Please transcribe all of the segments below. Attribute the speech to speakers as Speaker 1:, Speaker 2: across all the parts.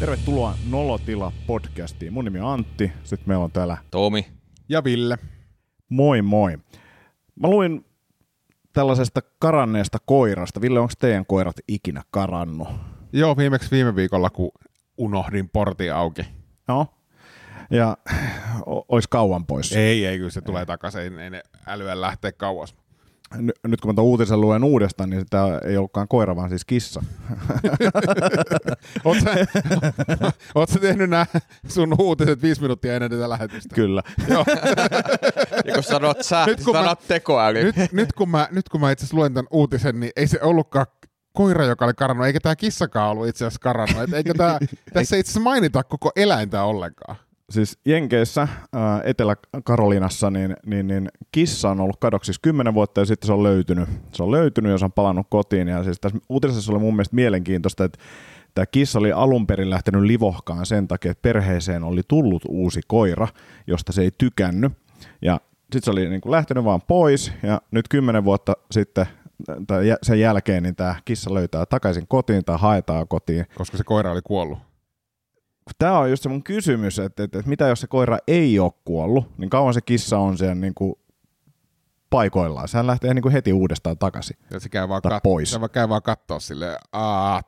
Speaker 1: Tervetuloa Nolotila podcastiin. Mun nimi on Antti, sitten meillä on täällä
Speaker 2: Tomi.
Speaker 3: Ja Ville.
Speaker 1: moi moi. Mä luin tällaisesta karanneesta koirasta. Ville, onko teidän koirat ikinä karannut?
Speaker 3: Joo, viimeksi viime viikolla, kun unohdin portin auki.
Speaker 1: No. Ja o- ois kauan pois.
Speaker 3: Ei, ei, kyllä se tulee takaisin, ei, ei ne älyä lähteä kauas.
Speaker 1: N- nyt kun mä tämän uutisen luen uudestaan, niin tämä ei ollutkaan koira, vaan siis kissa.
Speaker 3: Oot sä, oot sä tehnyt nämä sun uutiset viisi minuuttia ennen tätä lähetystä?
Speaker 1: Kyllä.
Speaker 2: Ja kun sanot sä,
Speaker 3: Nyt
Speaker 2: nyt
Speaker 3: kun
Speaker 2: kun
Speaker 3: mä-
Speaker 2: sanot tekoäly.
Speaker 3: Nyt, nyt, kun mä, nyt kun mä itse asiassa luen tämän uutisen, niin ei se ollutkaan koira, joka oli karannut, eikä tämä kissakaan ollut itse asiassa karannut. Et Eikö tää, tässä ei itse asiassa mainita koko eläintä ollenkaan.
Speaker 1: Siis Jenkeissä, ää, Etelä-Karolinassa, niin, niin, niin kissa on ollut kadoksissa 10 vuotta ja sitten se on löytynyt. Se on löytynyt ja se on palannut kotiin. Ja siis tässä uutisessa oli mun mielestä mielenkiintoista, että tämä kissa oli alun perin lähtenyt livohkaan sen takia, että perheeseen oli tullut uusi koira, josta se ei tykännyt. Ja sitten se oli niin kuin lähtenyt vaan pois ja nyt 10 vuotta sitten tai jä- sen jälkeen niin tämä kissa löytää takaisin kotiin tai haetaan kotiin
Speaker 3: Koska se koira oli kuollut.
Speaker 1: tämä on just se mun kysymys, että, että, että mitä jos se koira ei ole kuollut, niin kauan se kissa on siellä niin kuin paikoillaan. Sehän lähtee niin kuin heti uudestaan takaisin.
Speaker 3: Ja se käy vaan,
Speaker 1: Tai pois.
Speaker 3: kat- se vaan käy vaan katsoa silleen, aah,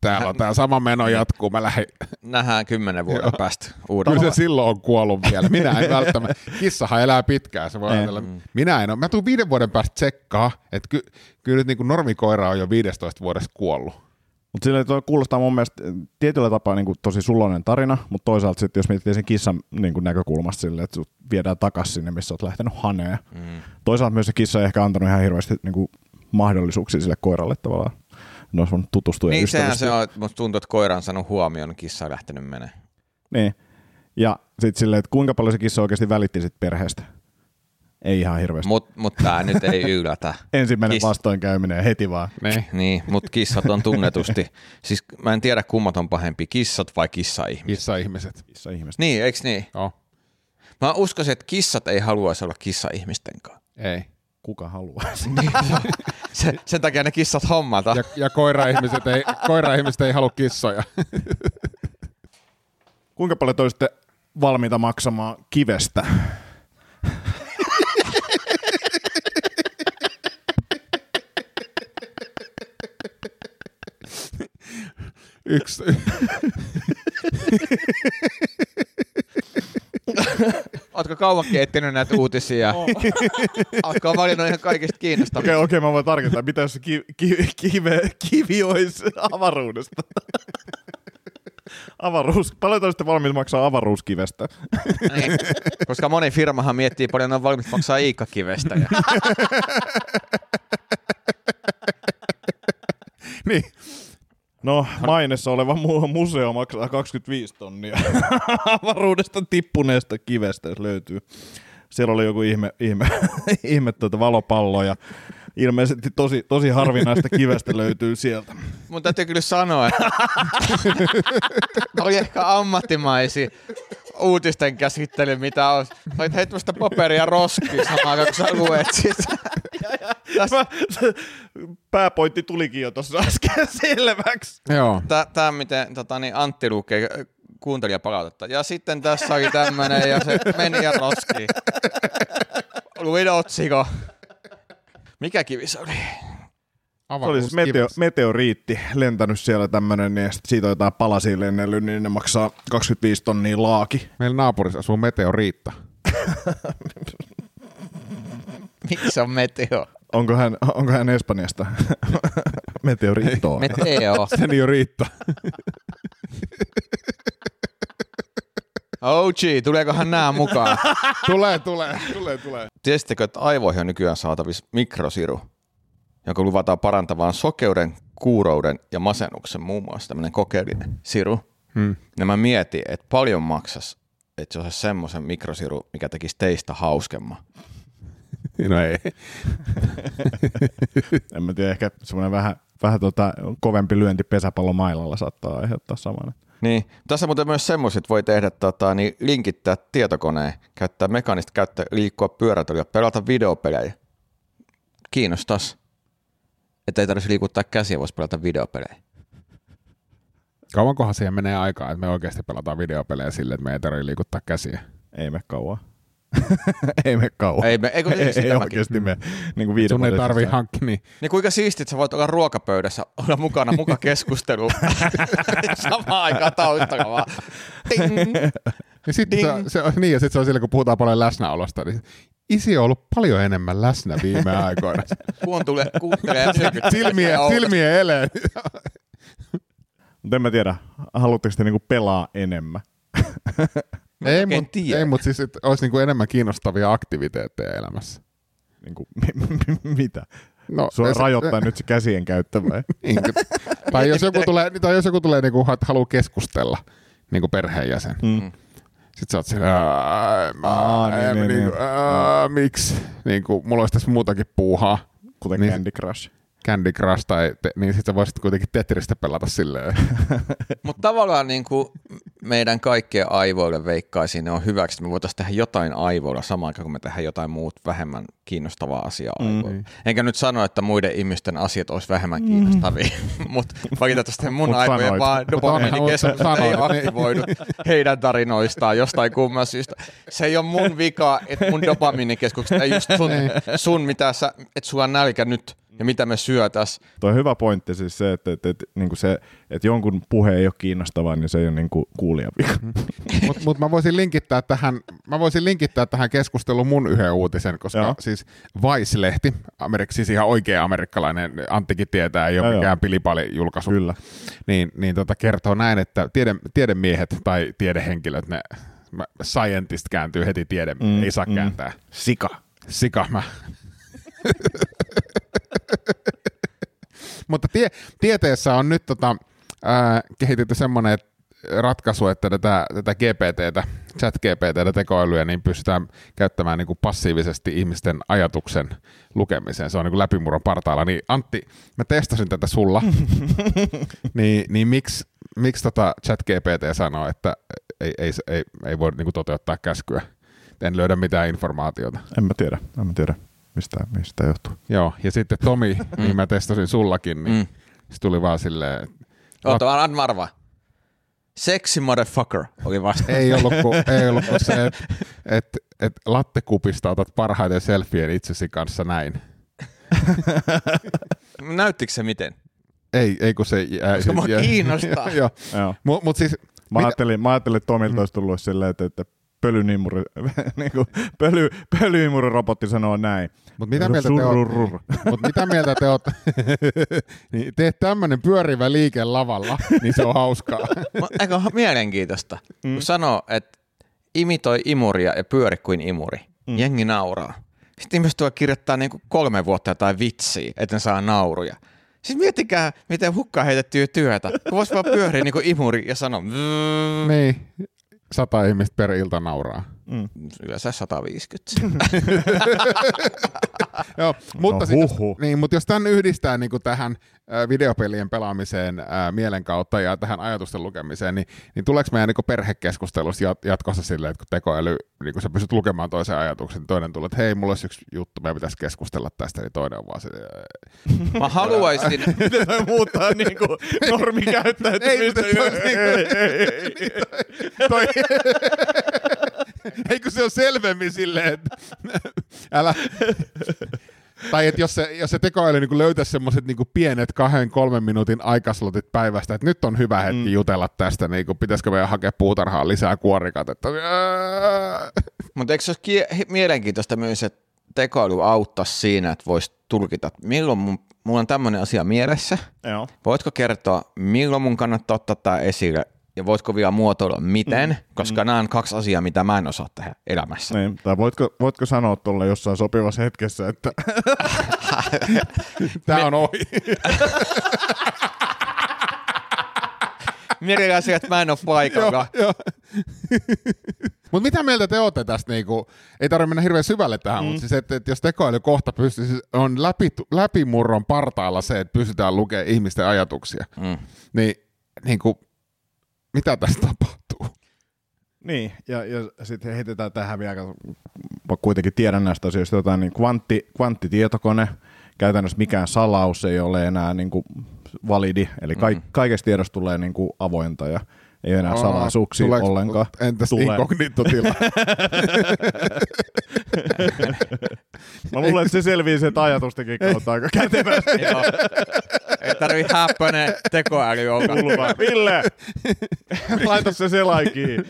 Speaker 3: täällä on tää sama meno jatkuu, mä lähden
Speaker 2: Nähdään kymmenen vuoden päästä
Speaker 3: Kyllä se
Speaker 2: uudestaan.
Speaker 3: silloin on kuollut vielä. Minä en välttämättä. Kissahan elää pitkään. Se voi
Speaker 1: Ei.
Speaker 3: ajatella, minä en ole. Mä tuun viiden vuoden päästä tsekkaa, että ky, kyllä nyt niin normikoira on jo 15 vuodessa kuollut.
Speaker 1: Mutta sillä tuo kuulostaa mun mielestä äh, tietyllä tapaa niin kuin tosi sulonen tarina, mutta toisaalta sitten jos miettii sen kissan niin kuin näkökulmasta sille, että sut viedään takaisin sinne, missä olet lähtenyt haneen. Mm. Toisaalta myös se kissa ei ehkä antanut ihan hirveästi niin kuin mahdollisuuksia sille koiralle tavallaan. Ne olisi voinut tutustua ja
Speaker 2: Niin sehän
Speaker 1: ystävystyä.
Speaker 2: se on, että musta tuntuu, että koira on saanut huomioon, kissa on lähtenyt menee.
Speaker 1: Niin. Ja sitten silleen, että kuinka paljon se kissa oikeasti välitti sit perheestä. Ei ihan hirveästi.
Speaker 2: Mutta mut tää nyt ei yllätä.
Speaker 1: Ensimmäinen
Speaker 2: Kissa-
Speaker 1: vastoinkäyminen heti vaan.
Speaker 3: Niin.
Speaker 2: Niin, mutta kissat on tunnetusti. Siis mä en tiedä kummat on pahempi, kissat vai kissa-ihmiset.
Speaker 3: Kissa-ihmiset.
Speaker 1: Kissa ihmistä.
Speaker 2: Niin, eiks niin?
Speaker 3: Joo.
Speaker 2: Mä uskoisin, että kissat ei haluaisi olla kissa-ihmisten kanssa.
Speaker 3: Ei.
Speaker 1: Kuka haluaa?
Speaker 2: Se, sen takia ne kissat hommata.
Speaker 3: Ja, ja koira-ihmiset, ei, koira-ihmiset ei halua kissoja.
Speaker 1: kuinka paljon te olisitte valmiita maksamaan kivestä?
Speaker 3: Yksi.
Speaker 2: Ootko kauankin etsinyt näitä uutisia? Alkaa valinnut ihan kaikista kiinnostavia.
Speaker 1: Okei, okay, okay, mä voin tarkentaa. Mitä jos se ki, ki, kive, kivi olisi avaruudesta? Avaruus. Paljon te olisitte valmiita maksaa avaruuskivestä?
Speaker 2: Niin. Koska moni firmahan miettii paljon, ne on valmis maksaa Iikka-kivestä. Ja...
Speaker 3: niin.
Speaker 1: No, mainessa oleva mu- museo maksaa 25 tonnia avaruudesta tippuneesta kivestä, jos löytyy. Siellä oli joku ihme, ihme, ihme tuota valopallo ja ilmeisesti tosi, tosi harvinaista kivestä löytyy sieltä.
Speaker 2: Mun täytyy kyllä sanoa, että oli ehkä ammattimaisia uutisten käsittely, mitä on. Olit heittämästä paperia roskiin samaan aikaan, kun sä luet sitä.
Speaker 1: Mä, se pääpointti tulikin jo tuossa äsken selväksi.
Speaker 3: Joo.
Speaker 2: Tää, tää miten tota, niin Antti lukee äh, kuuntelijapalautetta. Ja sitten tässä oli tämmönen ja se meni ja roski. Luin otsiko. Mikä kivi se oli?
Speaker 1: Se oli siis meteo,
Speaker 3: Avaruuskives.
Speaker 1: meteoriitti lentänyt siellä tämmönen, ja sit siitä on jotain palasia lennellyt, niin ne maksaa 25 tonnia laaki.
Speaker 3: Meillä naapurissa asuu meteoriitta.
Speaker 2: Miksi se on meteo?
Speaker 1: Onko hän, onko hän Espanjasta? Meteoriittoa.
Speaker 2: Meteo.
Speaker 3: Senioriitta.
Speaker 2: Oh gee, tuleekohan nämä mukaan?
Speaker 3: tulee, tulee, tulee, tulee.
Speaker 2: Tiesittekö, että aivoihin on nykyään saatavissa mikrosiru, jonka luvataan parantavaan sokeuden, kuurouden ja masennuksen muun muassa tämmöinen kokeellinen siru.
Speaker 3: Hmm.
Speaker 2: Ja mä mietin, että paljon maksas, että se olisi semmoisen mikrosiru, mikä tekisi teistä hauskemman.
Speaker 3: No ei.
Speaker 1: en mä tiedä, ehkä semmoinen vähän, vähän tota, kovempi lyönti pesäpallomailalla saattaa aiheuttaa saman.
Speaker 2: Niin. Tässä muuten myös semmoiset voi tehdä, tota, niin linkittää tietokoneen, käyttää mekaanista käyttää, liikkua pyöräilyä, pelata videopelejä. Kiinnostas. Että ei tarvitse liikuttaa käsiä, voisi pelata videopelejä.
Speaker 3: Kauankohan siihen menee aikaa, että me oikeasti pelataan videopelejä sille, että me ei tarvitse liikuttaa käsiä.
Speaker 1: Ei me kauan. ei me kauan.
Speaker 2: Ei me- eikö
Speaker 1: ei,
Speaker 2: sitä
Speaker 1: ei
Speaker 2: mäkin?
Speaker 1: oikeasti me. Niin kuin
Speaker 3: Sun ei tarvii hankkia, niin
Speaker 2: Niin kuinka siistiä, että sä voit olla ruokapöydässä, olla mukana muka keskustelu. Samaan aikaan taustalla vaan. Ting.
Speaker 3: Ja sit se,
Speaker 2: Ding.
Speaker 3: se, on- niin, ja sit se on sillä, kun puhutaan paljon läsnäolosta, niin isi on ollut paljon enemmän läsnä viime aikoina.
Speaker 2: Kuun tulee, kuuntelee ja sykyttää.
Speaker 3: silmien, silmien eleen.
Speaker 1: Mutta en mä tiedä, haluatteko te niinku pelaa enemmän?
Speaker 3: ei,
Speaker 2: oikein
Speaker 3: mut,
Speaker 2: tiedä.
Speaker 3: ei, mut siis et, olisi niinku enemmän kiinnostavia aktiviteetteja elämässä.
Speaker 1: Niinku, mi- mi- mitä?
Speaker 3: No,
Speaker 1: Sua
Speaker 3: se-
Speaker 1: rajoittaa nyt se käsien käyttö vai?
Speaker 3: Niin, kun- tai jos joku tulee, tai jos joku tulee niinku, että haluaa keskustella niinku perheenjäsen,
Speaker 1: Mm.
Speaker 3: sit sä oot siellä, "Ää, mä-
Speaker 1: Aa, niin,
Speaker 3: ää,
Speaker 1: niin,
Speaker 3: niinku,
Speaker 1: niin.
Speaker 3: ää, miksi? Niinku, mulla olisi tässä muutakin puuhaa.
Speaker 1: Kuten
Speaker 3: Niin.
Speaker 1: Candy Crush.
Speaker 3: Candy Crush tai, te, niin sit sä voisit kuitenkin Tetristä pelata silleen.
Speaker 2: Mutta tavallaan niin kuin meidän kaikkien aivoille veikkaisin, ne on hyväksi, että me voitaisiin tehdä jotain aivoilla samaan aikaan, kun me tehdään jotain muut vähemmän kiinnostavaa asiaa aivoilla. Enkä nyt sano, että muiden ihmisten asiat olisi vähemmän kiinnostavia, mutta valitettavasti mun
Speaker 1: Mut
Speaker 2: aivojen
Speaker 1: sanoit.
Speaker 2: vaan dopamiinikeskus
Speaker 3: Sanoit,
Speaker 2: ei
Speaker 3: niin.
Speaker 2: aktivoidu heidän tarinoistaan jostain kumman syystä. Se ei ole mun vika, että mun dopamiinikeskukset ei just sun, sun mitä sä, että sulla on nälkä nyt ja mitä me syötäs.
Speaker 1: Tuo on hyvä pointti siis se, että, että, että, niin se, että jonkun puhe ei ole kiinnostavaa, niin se ei ole niin kuin kuulijan vika.
Speaker 3: Mutta mut mä, voisin linkittää tähän, mä voisin linkittää tähän keskusteluun mun yhden uutisen, koska
Speaker 1: Joo.
Speaker 3: Joo. siis Vice-lehti, Amerik, siis ihan oikea amerikkalainen, Anttikin tietää, ei
Speaker 1: Joo,
Speaker 3: ole
Speaker 1: joo.
Speaker 3: mikään pilipali-julkaisu,
Speaker 1: Kyllä.
Speaker 3: niin, niin tota kertoo näin, että tiede, tiedemiehet tai tiedehenkilöt, ne mä- scientist kääntyy heti tiede, mm, ei saa mm. kääntää.
Speaker 1: Sika.
Speaker 3: Sika mä. Mutta tie, tieteessä on nyt tota, ää, kehitetty semmoinen et- ratkaisu, että tätä, tätä GPTtä, chat GPTtä tekoälyä, niin pystytään käyttämään niin kuin passiivisesti ihmisten ajatuksen lukemiseen. Se on niin kuin läpimurron partaalla. Niin Antti, mä testasin tätä sulla. niin, niin miksi, miksi tota chat GPT sanoo, että ei, ei, ei, ei voi niin kuin toteuttaa käskyä? En löydä mitään informaatiota.
Speaker 1: En mä tiedä, en mä tiedä, mistä, mistä johtuu.
Speaker 3: Joo, ja sitten Tomi, niin mä testasin sullakin, niin mm. se tuli vaan silleen, että
Speaker 2: Oota, mä annan arvaa. Sexy motherfucker oli vasta.
Speaker 3: ei ollut kuin, ei ollut kuin se, että et, et lattekupista otat parhaiten selfien itsesi kanssa näin.
Speaker 2: Näyttikö se miten?
Speaker 3: Ei, ei kun se... Ää,
Speaker 2: Koska mua kiinnostaa.
Speaker 3: Joo,
Speaker 1: Joo.
Speaker 3: Mut, mut siis,
Speaker 1: Mä,
Speaker 3: Mitä-
Speaker 1: ajattelin, mä ajattelin, että Tomilta olisi tullut silleen, että, että pölynimuri, niin kuin, pöly, pölyimurirobotti sanoo näin. Niinku
Speaker 3: mut mitä, mieltä te oot,
Speaker 1: Surururur.
Speaker 3: mut mitä mieltä te oot, niin teet tämmönen pyörivä liike lavalla, niin se on hauskaa.
Speaker 2: Mä- Aika ha- mielenkiintoista, mm. kun sanoo, että imitoi imuria ja pyöri kuin imuri. Mm. Jengi nauraa. Sitten ihmiset tuo kirjoittaa niinku kolme vuotta jotain vitsiä, että ne saa nauruja. Siis miettikää, miten hukkaa heitettyä työtä. Kun vois vaan pyöriä niinku imuri ja sanoa mm.
Speaker 3: niin, sata ihmistä per ilta nauraa.
Speaker 1: Mm.
Speaker 2: yleensä 150.
Speaker 3: Joo, mutta,
Speaker 1: No
Speaker 3: no, sit,
Speaker 1: huhhuh.
Speaker 3: niin, mutta jos tämän yhdistää niin kuin tähän ä, videopelien pelaamiseen ä, mielen kautta ja tähän ajatusten lukemiseen, niin, niin tuleeko meidän niin perhekeskustelussa jat- jatkossa silleen, että kun tekoäly, niin kun sä pystyt lukemaan toisen ajatuksen, niin toinen tulee, että hei, mulla olisi yksi juttu, meidän pitäisi keskustella tästä, niin toinen on vaan se,
Speaker 2: Mä haluaisin,
Speaker 1: Miten toi muuttaa niin kuin normikäyttäytymistä?
Speaker 3: Ei, mutta se on
Speaker 1: niinku-
Speaker 3: toi, ei kun se on selvemmin silleen, että älä, tai että jos se, jos se tekoäly niin löytäisi semmoiset niin pienet kahden, kolmen minuutin aikaslotit päivästä, että nyt on hyvä hetki mm. jutella tästä, niin kuin, pitäisikö meidän hakea puutarhaan lisää kuorikatetta.
Speaker 2: Mutta eikö se olisi kie- hi- mielenkiintoista myös, että tekoäly auttaa siinä, että voisi tulkita, että milloin mun, mulla on tämmöinen asia mielessä,
Speaker 1: Joo.
Speaker 2: voitko kertoa, milloin mun kannattaa ottaa tämä esille, ja voitko vielä muotoilla miten, mm. koska mm. nämä on kaksi asiaa, mitä mä en osaa tehdä elämässä.
Speaker 1: Niin, tai voitko, voitko sanoa tuolle jossain sopivassa hetkessä, että
Speaker 3: Tämä on ohi.
Speaker 2: Mietitään asia, että mä en ole paikalla.
Speaker 3: Mutta mitä mieltä te olette tästä? Niinku, ei tarvitse mennä hirveän syvälle tähän, mm. mutta siis, että, että jos tekoäly kohta pystyy, siis on läpi, läpimurron partaalla se, että pystytään lukemaan ihmisten ajatuksia,
Speaker 2: Mm.
Speaker 3: niin, niinku, mitä tässä tapahtuu?
Speaker 1: Niin, ja, ja sitten heitetään tähän vielä, kun mä kuitenkin tiedän näistä asioista jotain, niin kvantti, kvanttitietokone, käytännössä mikään salaus ei ole enää niin kuin validi, eli ka- mm-hmm. kaikesta tiedosta tulee niin kuin avointa ja ei enää Oho, salaisuuksia
Speaker 3: tuleeko-
Speaker 1: ollenkaan.
Speaker 3: Entäs
Speaker 1: Tulee.
Speaker 3: inkognitotila?
Speaker 1: Mä luulen, että se selvii sen ajatustenkin kautta aika kätevästi.
Speaker 2: Joo. Ei tarvii häppönen tekoäly olla.
Speaker 1: Kulma. Ville, laita se selaikiin.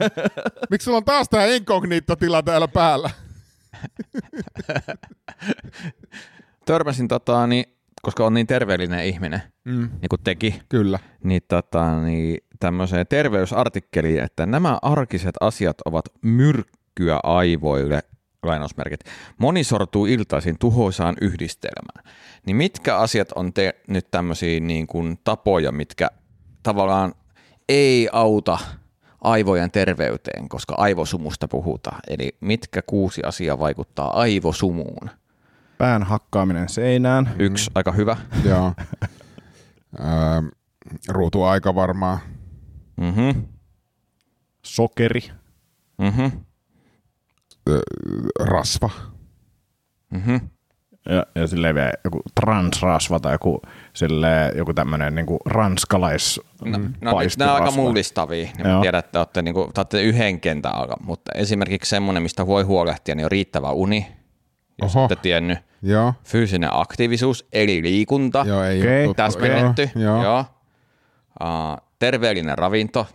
Speaker 3: Miksi sulla on taas tää inkognitotila täällä päällä?
Speaker 2: Törmäsin tota, niin, koska on niin terveellinen ihminen,
Speaker 3: Mm.
Speaker 2: niin kuin teki,
Speaker 3: Kyllä.
Speaker 2: niin, tota, niin tämmöiseen terveysartikkeliin, että nämä arkiset asiat ovat myrkkyä aivoille, lainausmerkit. Moni sortuu iltaisin tuhoisaan yhdistelmään. Niin mitkä asiat on te nyt tämmöisiä niin kuin tapoja, mitkä tavallaan ei auta aivojen terveyteen, koska aivosumusta puhutaan. Eli mitkä kuusi asiaa vaikuttaa aivosumuun?
Speaker 1: Pään hakkaaminen seinään.
Speaker 2: Yksi, aika hyvä.
Speaker 3: Joo. Öö, ruutuaika varmaan.
Speaker 2: Mhm,
Speaker 1: Sokeri.
Speaker 2: mhm,
Speaker 3: Öö, rasva.
Speaker 2: mhm.
Speaker 1: Ja, ja silleen vielä joku transrasva tai joku, silleen, joku tämmöinen niin ranskalais
Speaker 2: No, no nyt nämä on aika mullistavia, niin mä
Speaker 1: Joo.
Speaker 2: tiedän, että te olette, niin kuin, te olette yhden kentän alla, mutta esimerkiksi semmoinen, mistä voi huolehtia, niin on riittävä uni, jos
Speaker 3: Oho.
Speaker 2: olette tiennyt,
Speaker 3: Joo.
Speaker 2: fyysinen aktiivisuus, eli liikunta, Niin
Speaker 3: Joo, ei
Speaker 1: Okei.
Speaker 3: oo tuttu.
Speaker 2: täsmennetty,
Speaker 3: Joo. Joo.
Speaker 2: joo. Uh, terveellinen ravinto,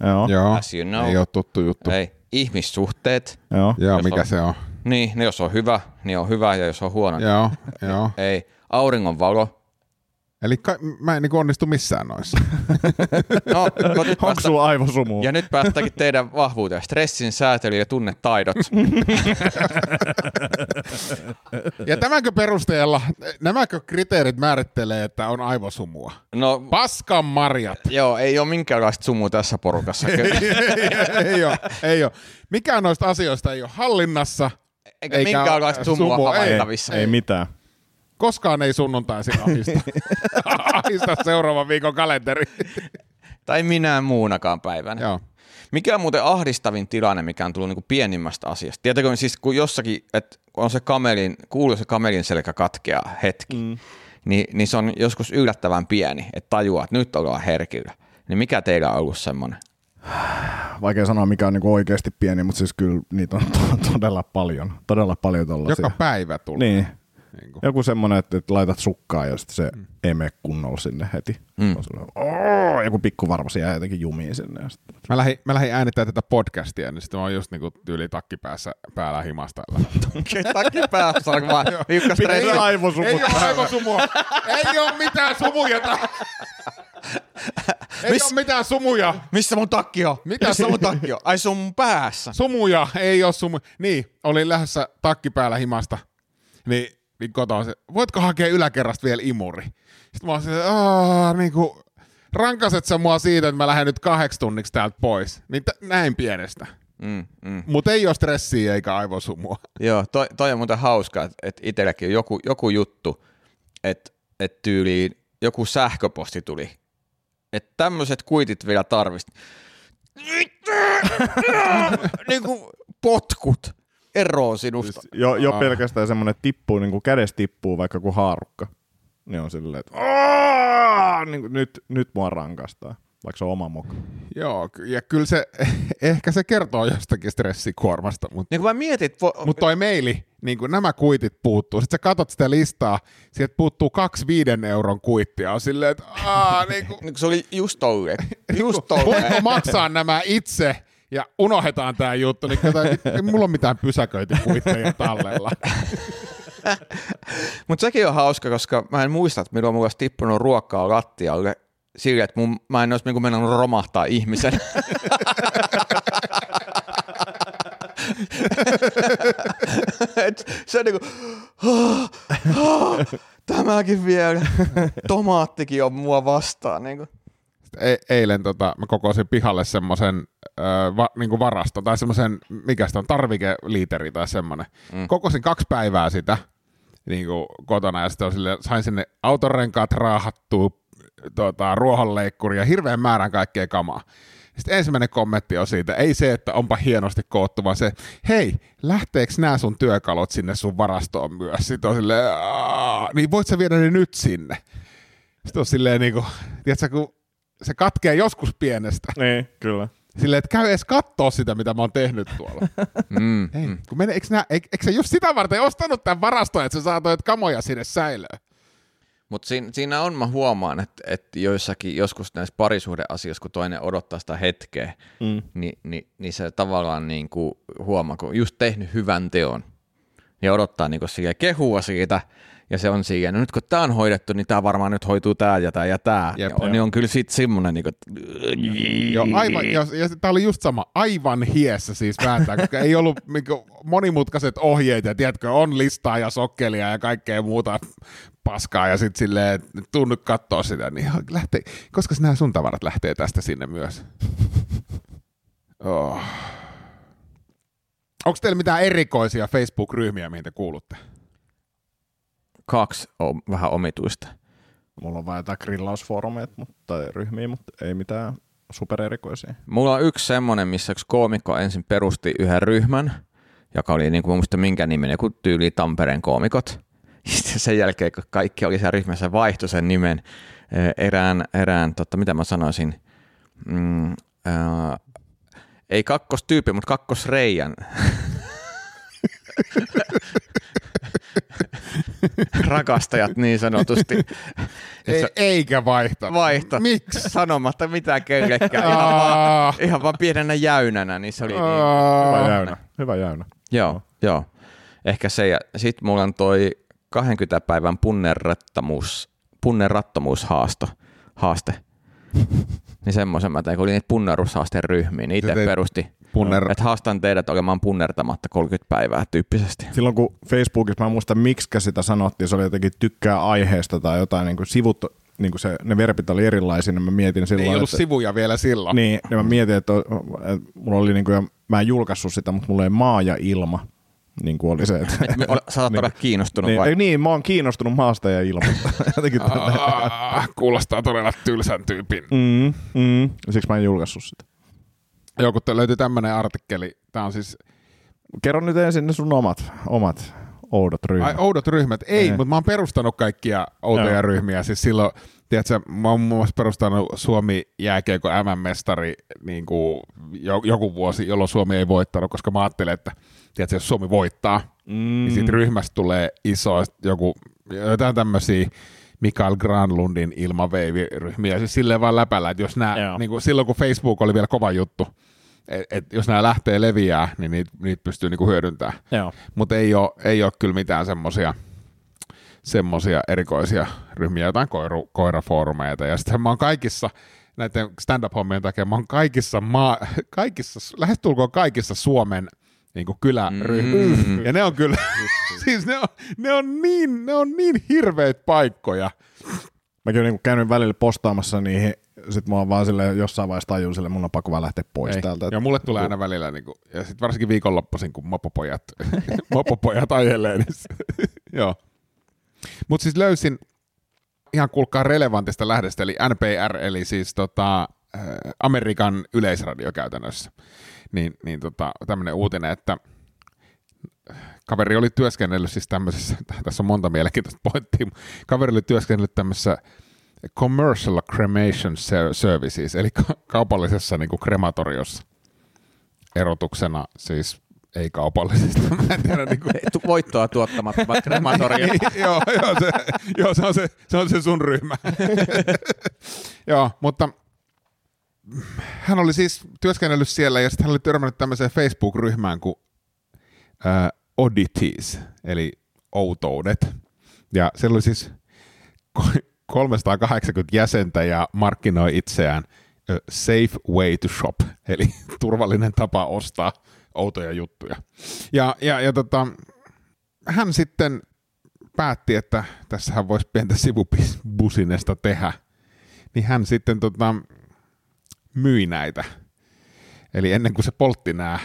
Speaker 1: Joo, joo.
Speaker 3: joo.
Speaker 2: As you know.
Speaker 3: No, Ei ole tuttu juttu.
Speaker 2: ei, ihmissuhteet,
Speaker 1: joo.
Speaker 3: Joo,
Speaker 2: Jos
Speaker 3: mikä
Speaker 2: on-
Speaker 3: se on?
Speaker 2: niin, no jos on hyvä, niin on hyvä, ja jos on huono, niin
Speaker 3: Joo, joo.
Speaker 2: ei, auringon valo,
Speaker 3: Eli ka- mä en niinku onnistu missään noissa.
Speaker 2: no, kun nyt
Speaker 1: Onko
Speaker 2: päästä-
Speaker 1: sulla aivosumu?
Speaker 2: ja nyt päästäänkin teidän vahvuuteen, stressin säätely ja tunnetaidot.
Speaker 3: Ja tämänkö perusteella, nämäkö kriteerit määrittelee, että on aivosumua?
Speaker 2: No,
Speaker 3: Paskan marjat.
Speaker 2: Joo, ei ole minkäänlaista sumua tässä porukassa. Kyllä.
Speaker 3: ei ole, ei ole. Mikään noista asioista ei ole hallinnassa.
Speaker 2: Eikä, minkäänlaista sumua
Speaker 3: sumua, ei.
Speaker 2: havaittavissa.
Speaker 1: ei mitään.
Speaker 3: Koskaan ei sunnuntaisin ahista. ahista seuraavan viikon kalenteri.
Speaker 2: Tai minä muunakaan päivänä.
Speaker 3: Joo.
Speaker 2: Mikä on muuten ahdistavin tilanne, mikä on tullut niinku pienimmästä asiasta? Tietäkö, siis kun jossakin, että on se kamelin, kuuluu se kamelin selkä katkeaa hetki, mm. niin, niin, se on joskus yllättävän pieni, että tajuaa, että nyt ollaan herkillä. Niin mikä teillä on ollut semmoinen?
Speaker 1: Vaikea sanoa, mikä on niin oikeasti pieni, mutta siis kyllä niitä on to- todella paljon. Todella paljon tollaisia.
Speaker 3: Joka päivä tulee.
Speaker 1: Niin.
Speaker 3: Niin kuin.
Speaker 1: Joku semmoinen, että, että laitat sukkaa ja sitten se mm. ei mene kunnolla sinne heti. Mm. joku pikku varmasti jää jotenkin jumiin sinne. Ja sit,
Speaker 3: Mä lähdin, mä lähdin äänittämään tätä podcastia, niin sitten mä oon just niinku tyyli takki päässä päällä himasta.
Speaker 2: Takki päässä on vaan hiukan
Speaker 1: Ei
Speaker 2: stressi.
Speaker 1: ole aivosumut.
Speaker 3: Ei ole aivosumua. ei ole mitään sumuja. tää- ei
Speaker 2: Mis-
Speaker 3: ole mitään sumuja.
Speaker 2: Missä mun takki on?
Speaker 3: Mitä
Speaker 2: Missä
Speaker 3: se-
Speaker 2: mun takki on? Ai se on mun päässä.
Speaker 3: Sumuja, ei ole sumu. Niin, olin lähdössä takki päällä himasta. Niin, niin kotoa se, voitko hakea yläkerrasta vielä imuri? Sitten mä oon silleen, aah, niin kuin, rankaset sä mua siitä, että mä lähden nyt kahdeksi tunniksi täältä pois. Niin t- näin pienestä.
Speaker 2: Mm, mm.
Speaker 3: Mutta ei ole stressiä eikä aivosumua.
Speaker 2: Joo, toi, toi on muuten hauska, että et itselläkin on joku, joku juttu, että et tyyliin joku sähköposti tuli, että tämmöiset kuitit vielä tarvist. niin kuin potkut eroon sinusta.
Speaker 1: Jo, jo
Speaker 3: Ah.
Speaker 1: pelkästään semmoinen että tippuu, niin kuin kädessä tippuu vaikka kuin haarukka. Niin on silleen, että "Aah!" niin kuin, nyt, nyt mua rankastaa, vaikka se on oma moka.
Speaker 3: Joo, ky- ja kyllä se, ehkä se kertoo jostakin stressikuormasta, mutta
Speaker 2: Niin kuin mä mietin, että vo-
Speaker 3: mut toi meili, niin kuin nämä kuitit puuttuu. Sitten sä katot sitä listaa, sieltä puuttuu kaksi viiden euron kuittia. On silleen, että aah, niin kuin,
Speaker 2: niin kuin se oli just tolle. Just
Speaker 3: voiko
Speaker 2: tolle.
Speaker 3: maksaa nämä itse ja unohdetaan tämä juttu, niin kato, ei mulla ole mitään pysäköintikuitteja tallella.
Speaker 2: Mutta sekin on hauska, koska mä en muista, että milloin mulla olisi tippunut ruokaa lattialle sillä, että mun, mä en olisi niin mennyt romahtaa ihmisen. Et se on niinku, "Ah, ah, tämäkin vielä, tomaattikin on mua vastaan. Niinku.
Speaker 3: E- eilen tota, mä kokosin pihalle semmoisen va, niin varasto tai semmoisen, mikä sitä on, tarvikeliiteri tai semmoinen. Mm. Kokosin kaksi päivää sitä niin kuin kotona ja sitten on sille, sain sinne autorenkaat raahattua, tota, ruohonleikkuri ja hirveän määrän kaikkea kamaa. Sitten ensimmäinen kommentti on siitä, ei se, että onpa hienosti koottu, vaan se, hei, lähteekö nämä sun työkalut sinne sun varastoon myös? Sitten on silleen, "Aa, niin voit sä viedä ne nyt sinne? Sitten on silleen niinku, tiedätkö, kun se katkee joskus pienestä.
Speaker 1: Niin, kyllä.
Speaker 3: Silleen, että käy edes kattoo sitä, mitä mä oon tehnyt tuolla.
Speaker 2: Mm.
Speaker 3: Ei, kun mene, eikö, nää, eikö, eikö sä just sitä varten ostanut tämän varastoon, että sä saatoit kamoja sinne säilöön?
Speaker 2: Mutta siinä, siinä on, mä huomaan, että, että joissakin, joskus näissä parisuhdeasioissa, kun toinen odottaa sitä hetkeä, mm. niin, niin, niin se tavallaan niin kuin huomaa, kun on just tehnyt hyvän teon, niin odottaa niin kuin kehua siitä, ja se on siinä, no nyt kun tämä on hoidettu, niin tämä varmaan nyt hoituu tämä ja tämä ja tämä.
Speaker 3: Jep,
Speaker 2: Ja on, niin on kyllä sitten semmoinen, niin kuin,
Speaker 3: Joo,
Speaker 2: Niin.
Speaker 3: aivan, ja, ja tämä oli just sama, aivan hiessä siis vääntää, koska ei ollut niinku monimutkaiset ohjeet, ja tiedätkö, on listaa ja sokkelia ja kaikkea muuta paskaa, ja sitten silleen, että tuu nyt kattoo sitä, niin ihan lähtee, koska nämä sun tavarat lähtee tästä sinne myös. Oh. Onko teillä mitään erikoisia Facebook-ryhmiä, mihin te kuulutte?
Speaker 2: kaksi on vähän omituista.
Speaker 1: Mulla on vähän jotain grillausfoorumeita mutta- tai ryhmiä, mutta ei mitään supererikoisia.
Speaker 2: Mulla on yksi semmonen, missä yksi koomikko ensin perusti yhden ryhmän, joka oli niin kuin mun mielestä minkä niminen, joku tyyli Tampereen koomikot. Sitten sen jälkeen, kun kaikki oli siellä ryhmässä, vaihtoi sen nimen eh, erään, erään totta, mitä mä sanoisin, mm, äh, ei kakkostyyppi, mutta kakkosreijän. Rakastajat niin sanotusti.
Speaker 3: Ei, eikä vaihta.
Speaker 2: Vaihto.
Speaker 3: Miksi?
Speaker 2: Sanomatta mitään kellekään. Ihan vaan,
Speaker 3: Ah,
Speaker 2: ihan vaan pienenä jäynänä, niin se oli niin.
Speaker 1: Hyvä
Speaker 3: ah.
Speaker 1: jäynä. Hyvä jäynä.
Speaker 2: Joo, joo. Ehkä se. Ja sit mulla on toi 20 päivän punnerrattomuus, punnerrattomuushaasto, haaste. Niin semmoisen mä tein, kun oli niitä punnerushaasteen ryhmiä, niin
Speaker 3: Sä
Speaker 2: itse
Speaker 3: teit-
Speaker 2: perusti,
Speaker 3: Punner,
Speaker 2: että haastan teidät olemaan punnertamatta 30 päivää tyyppisesti.
Speaker 1: Silloin kun Facebookissa, mä en muista miksi sitä sanottiin, se oli jotenkin tykkää aiheesta tai jotain, niin kuin sivut, niin kuin se, ne verbit oli erilaisia, niin mä mietin silloin,
Speaker 3: ei ollut
Speaker 1: että,
Speaker 3: sivuja vielä silloin.
Speaker 1: niin, niin mä mietin, että, että mulla oli niin kuin, ja mä en julkaissut sitä, mutta mulla ei maa ja ilma, niin kuin oli se, että
Speaker 2: Me ole- Saatat olla kiinnostunut
Speaker 1: niin,
Speaker 2: vai?
Speaker 1: ei, niin, mä oon kiinnostunut maasta ja ilmasta. Jotenkin tätä.
Speaker 3: Ah, kuulostaa todella tylsän tyypin.
Speaker 1: Mm, mm. Siksi mä en julkaissut sitä.
Speaker 3: Joo, kun te löytyi tämmöinen artikkeli. Tämä on siis,
Speaker 1: Kerro nyt ensin ne sun omat, omat oudot ryhmät.
Speaker 3: ai oudot ryhmät. Ei,
Speaker 1: Ei.
Speaker 3: mutta mä oon perustanut kaikkia outoja
Speaker 1: Niin. Joo.
Speaker 3: ryhmiä. Siis silloin, tiedätkö, mä oon muun muassa perustanut Suomi jääkiekko MM-mestari niin kuin jo, joku vuosi, jolloin Suomi ei voittanut, koska mä ajattelin, että tiedätkö, jos Suomi voittaa, mm. niin siitä ryhmästä tulee iso joku, jotain tämmöisiä Mikael Granlundin ilmaveiviryhmiä. Siis silleen vaan läpällä, että jos nämä,
Speaker 1: Joo.
Speaker 3: niin kuin silloin kun Facebook oli vielä kova juttu, et, et jos nämä lähtee leviää, niin niitä, niitä pystyy niinku hyödyntämään.
Speaker 1: Joo.
Speaker 3: Mutta ei ole, ei ole kyllä mitään semmoisia semmosia erikoisia ryhmiä, jotain koiru, koirafoorumeita. Ja sitten mä oon kaikissa näiden stand-up-hommien takia, mä oon kaikissa, maa, kaikissa lähestulkoon kaikissa Suomen niin kyläryhmissä.
Speaker 1: Mm.
Speaker 3: Ja ne on kyllä,
Speaker 1: niin.
Speaker 3: siis ne on, ne on, niin, ne on niin hirveitä paikkoja.
Speaker 1: Mäkin olen niinku käynyt välillä postaamassa niihin, sit mä oon vaan sille jossain vaiheessa tajun sille, mun on pakko vaan lähteä pois
Speaker 3: Ei.
Speaker 1: täältä.
Speaker 3: Ja mulle tulee aina välillä, niin kuin, ja sit varsinkin viikonloppuisin, kun mopopojat, mopopojat ajelee. Niin se, joo. Mutta siis löysin ihan kuulkaa relevantista lähdestä, eli NPR, eli siis tota, äh, Amerikan yleisradio käytännössä. Niin, niin tota, tämmöinen uutinen, että kaveri oli työskennellyt siis tämmöisessä, tässä on monta mielenkiintoista pointtia, mutta kaveri oli työskennellyt tämmöisessä commercial cremation ser- services, eli ka- kaupallisessa niin kuin krematoriossa erotuksena siis ei kaupallisesti. Mä en tiedä, niin kuin,
Speaker 2: Tu- Voittoa tuottamatta, vaan krematoria.
Speaker 3: joo, Niin, joo, se, joo se, on se, se on se sun ryhmä. joo, mutta hän oli siis työskennellyt siellä ja sitten hän oli törmännyt tämmöiseen Facebook-ryhmään kuin äh, Oddities, eli outoudet. Ja siellä oli siis ko- 380 jäsentä ja markkinoi itseään ö, Safe Way to Shop, eli turvallinen tapa ostaa outoja juttuja. Ja, ja, ja tota, hän sitten päätti, että tässähän voisi pientä sivubusinesta tehdä, niin hän sitten tota, myi näitä. Eli ennen kuin se poltti nämä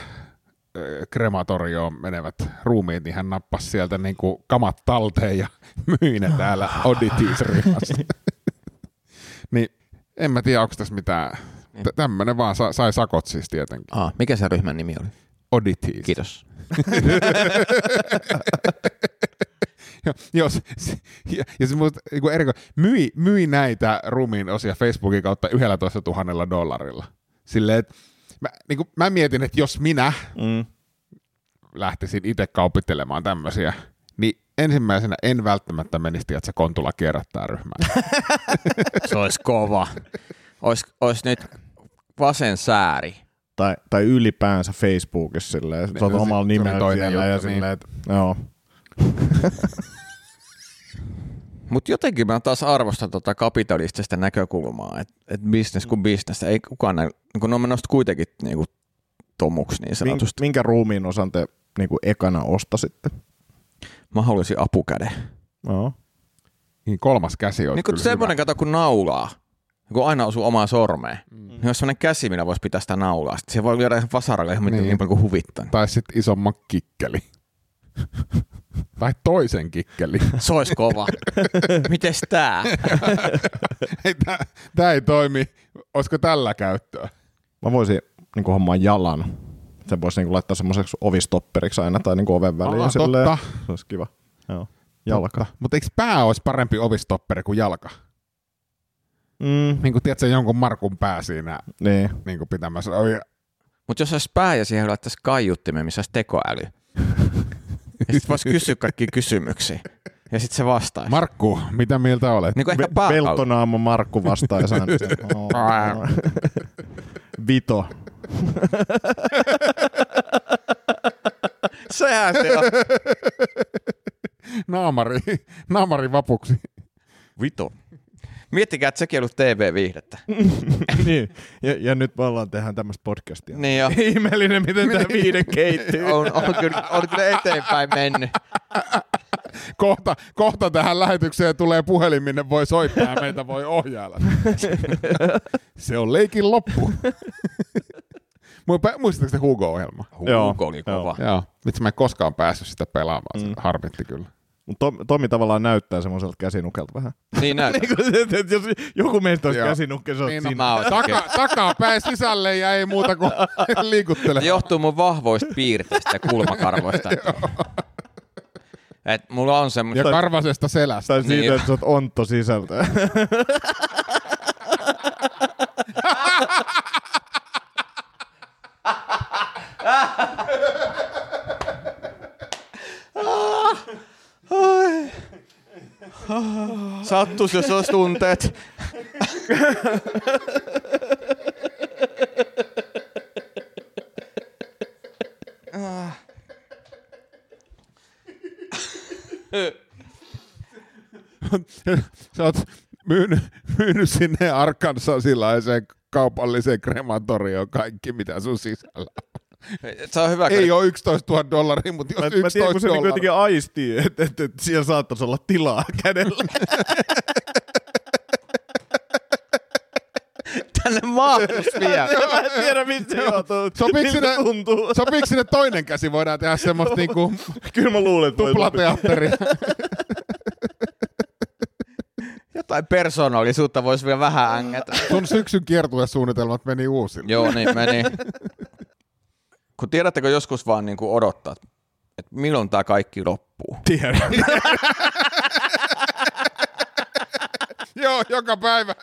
Speaker 3: ö, krematorioon menevät ruumiit, niin hän nappasi sieltä niin kuin kamat talteen ja myi ne täällä Oddities-ryhmässä. niin en mä tiedä, onko tässä mitään. Tä- Tämmönen vaan sa- sai sakot siis tietenkin.
Speaker 2: Ah, mikä se ryhmän nimi oli?
Speaker 3: Oddities.
Speaker 2: Kiitos.
Speaker 3: jo- jos, ja, ja se musta, niin kuin eriko, myi, myi näitä rumiin osia Facebookin kautta 11 000 dollarilla. Silleen, että mä, niin kuin, mä mietin, että jos minä
Speaker 1: Mm.
Speaker 3: lähtisin itse kaupittelemaan tämmöisiä, niin ensimmäisenä en välttämättä menisi, että se Kontula kierrättää ryhmää.
Speaker 2: Se olisi kova. Ois, ois nyt vasen sääri.
Speaker 1: Tai, tai ylipäänsä Facebookissa silleen,
Speaker 3: Niin,
Speaker 1: sä oot
Speaker 3: no se-
Speaker 1: omalla
Speaker 3: se oli
Speaker 1: nimellä
Speaker 3: toinen
Speaker 1: siellä
Speaker 3: juttu,
Speaker 1: ja
Speaker 3: niin.
Speaker 1: silleen, että joo.
Speaker 2: Mutta jotenkin mä taas arvostan tota kapitalistista näkökulmaa, että et bisnes kuin bisnes, ei kukaan näin, kun ne on menossa kuitenkin niinku tomuksi niin
Speaker 1: Min,
Speaker 2: sanotusti.
Speaker 1: minkä ruumiin osan te niinku ekana ostasitte?
Speaker 2: Mä haluaisin apukäden.
Speaker 1: Joo.
Speaker 3: Niin kolmas käsi on
Speaker 2: Niin
Speaker 3: kyllä
Speaker 2: kun semmoinen kato kun naulaa, kun aina osuu omaa sormeen. Mm. Niin olisi semmoinen käsi, millä voisi pitää sitä naulaa. Sitten se voi lyödä ihan vasaralle ihan niin.
Speaker 3: Niin.
Speaker 2: niin paljon kuin huvittaa.
Speaker 3: hyvä. Tai sitten isomman kikkeli. tai toisen kikkeli.
Speaker 2: Se olisi kova. Mites tää?
Speaker 3: Tämä ei toimi. Olisiko tällä käyttöä?
Speaker 1: Mä voisin niinku hommaa jalan. Sen voisi niinku laittaa semmoiseksi ovistopperiksi aina tai niinku oven väliin.
Speaker 3: Aa,
Speaker 1: silleen.
Speaker 3: totta.
Speaker 1: Se olisi kiva. Joo. Jalka.
Speaker 3: Mutta eikö pää olisi parempi ovistopperi kuin jalka?
Speaker 1: Mm.
Speaker 3: Niin kuin tiedätkö, jonkun Markun pää siinä
Speaker 1: Niin.
Speaker 3: niin kuin pitämässä. Oi,
Speaker 2: Mutta jos olisi pää ja siihen laittaisi kaiuttimen, missä olisi tekoäly. Ja sitten voisi kysyä kaikki kysymyksiä. Ja sitten se vastaisi.
Speaker 3: Markku, mitä mieltä olet?
Speaker 2: niin kuin ehkä
Speaker 1: Ve-
Speaker 2: pää-
Speaker 1: Peltonaamo Markku vastaa ja sanoo, "Oo." no." Vito.
Speaker 2: Sehän se on.
Speaker 3: Naamari, naamari vapuksi.
Speaker 2: Vito. Miettikää, että sekin on ollut TV-viihdettä.
Speaker 1: niin. Ja, ja, nyt me ollaan tehdään tämmöistä podcastia.
Speaker 2: Niin jo.
Speaker 1: Ihmeellinen, miten tämä viide keittyy.
Speaker 2: On, on, kyllä, on kyllä eteenpäin mennyt.
Speaker 3: Kohta, kohta tähän lähetykseen tulee puhelin, minne voi soittaa ja meitä voi ohjailla. Se on leikin loppu. Mu- pä- Muistatteko se Hugo-ohjelma?
Speaker 1: Joo,
Speaker 2: Hugo oli
Speaker 1: joo.
Speaker 2: kova.
Speaker 3: Joo. Vitsi, mä en koskaan päässyt sitä pelaamaan. Mm. Harmitti kyllä.
Speaker 1: Mut Tom, Tomi tavallaan näyttää semmoiselta käsinukelta vähän.
Speaker 2: Niin näyttää.
Speaker 1: Niin kuin se, että- että jos joku meistä olisi
Speaker 3: Joo.
Speaker 1: käsinukke, se on
Speaker 3: Niin, no
Speaker 1: siinä.
Speaker 2: Mä oon
Speaker 3: Taka, takapäin sisälle ja ei muuta kuin liikuttele.
Speaker 2: Se johtuu mun vahvoista piirteistä ja kulmakarvoista. Et mulla on semmoinen...
Speaker 3: Ja karvasesta selästä.
Speaker 1: Tai siitä,
Speaker 2: Niin.
Speaker 1: että sä oot ontto sisältä.
Speaker 2: Sattus, jos olisi tunteet.
Speaker 3: Sä oot myynyt, myynyt sinne arkansasilaiseen kaupalliseen krematorioon kaikki, mitä sun sisällä on.
Speaker 2: Se on hyvä,
Speaker 3: Ei
Speaker 2: kun
Speaker 3: ole 11 000 dollaria, mutta
Speaker 1: Mä,
Speaker 3: jos
Speaker 1: mä tiedän,
Speaker 3: 11
Speaker 1: kun se niinku jotenkin
Speaker 3: dollaria.
Speaker 1: aistii, että, että, että siellä saattaisi olla tilaa kädellä.
Speaker 2: tänne maailmassa vielä.
Speaker 1: Mä en tiedä, mistä se johtuu.
Speaker 3: Sopiiko
Speaker 1: Miltä
Speaker 3: sinne,
Speaker 1: tuntuu?
Speaker 3: sopiiko sinne toinen käsi? Voidaan tehdä semmoista niinku
Speaker 1: Kyllä mä luulen, että voi sopia.
Speaker 3: tuplateatteria.
Speaker 2: Jotain persoonallisuutta voisi vielä vähän ängätä.
Speaker 3: Sun syksyn kiertuesuunnitelmat meni uusille.
Speaker 2: Joo, niin meni. Kun tiedättekö joskus vaan niin kuin odottaa, että milloin tämä kaikki loppuu.
Speaker 1: Tiedän.
Speaker 3: Joo, joka päivä.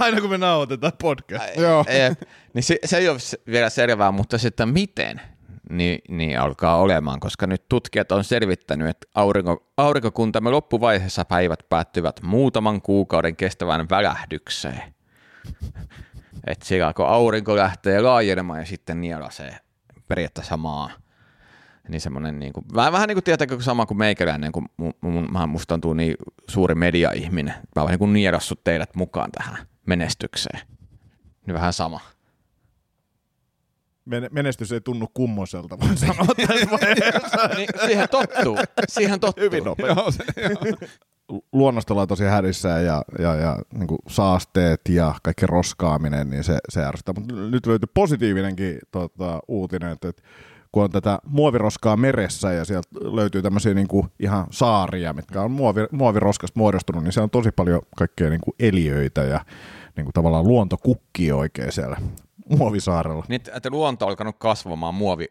Speaker 1: Aina kun me nauhoitetaan podcast.
Speaker 3: Joo.
Speaker 2: Jep. niin se, se ei ole se- vielä selvää, mutta se, että miten, niin, niin alkaa olemaan, koska nyt tutkijat on selvittänyt, että aurinko, aurinkokuntamme loppuvaiheessa päivät päättyvät muutaman kuukauden kestävään välähdykseen. Et sillä kun aurinko lähtee laajenemaan ja sitten nielasee periaatteessa maa. Niin semmoinen, niin kuin, vähän, vähän niin kuin tietääkö sama kuin meikäläinen, kun mun, mun, mä musta tuntuu niin suuri mediaihminen. Mä oon vähän niin kuin nierassut teidät mukaan tähän menestykseen. Niin vähän sama.
Speaker 1: Men- Menestys ei tunnu kummoselta, voi sanoa tässä vaiheessa.
Speaker 2: Niin, siihen tottuu. Siihen tottuu.
Speaker 1: Hyvin nopeasti.
Speaker 3: Joo, se, joo.
Speaker 1: luonnostolla on tosi härissään ja, ja, ja niin kuin saasteet ja kaikki roskaaminen, niin se, se ärsyttää. Mutta nyt löytyi positiivinenkin tota, uutinen, että, että kun on tätä muoviroskaa meressä ja sieltä löytyy tämmöisiä niin kuin ihan saaria, mitkä on muovi, muoviroskasta muodostunut, niin siellä on tosi paljon kaikkea niin kuin eliöitä ja niin kuin tavallaan luonto kukkii oikein siellä muovisaarella.
Speaker 2: Niin, että luonto on alkanut kasvamaan muovi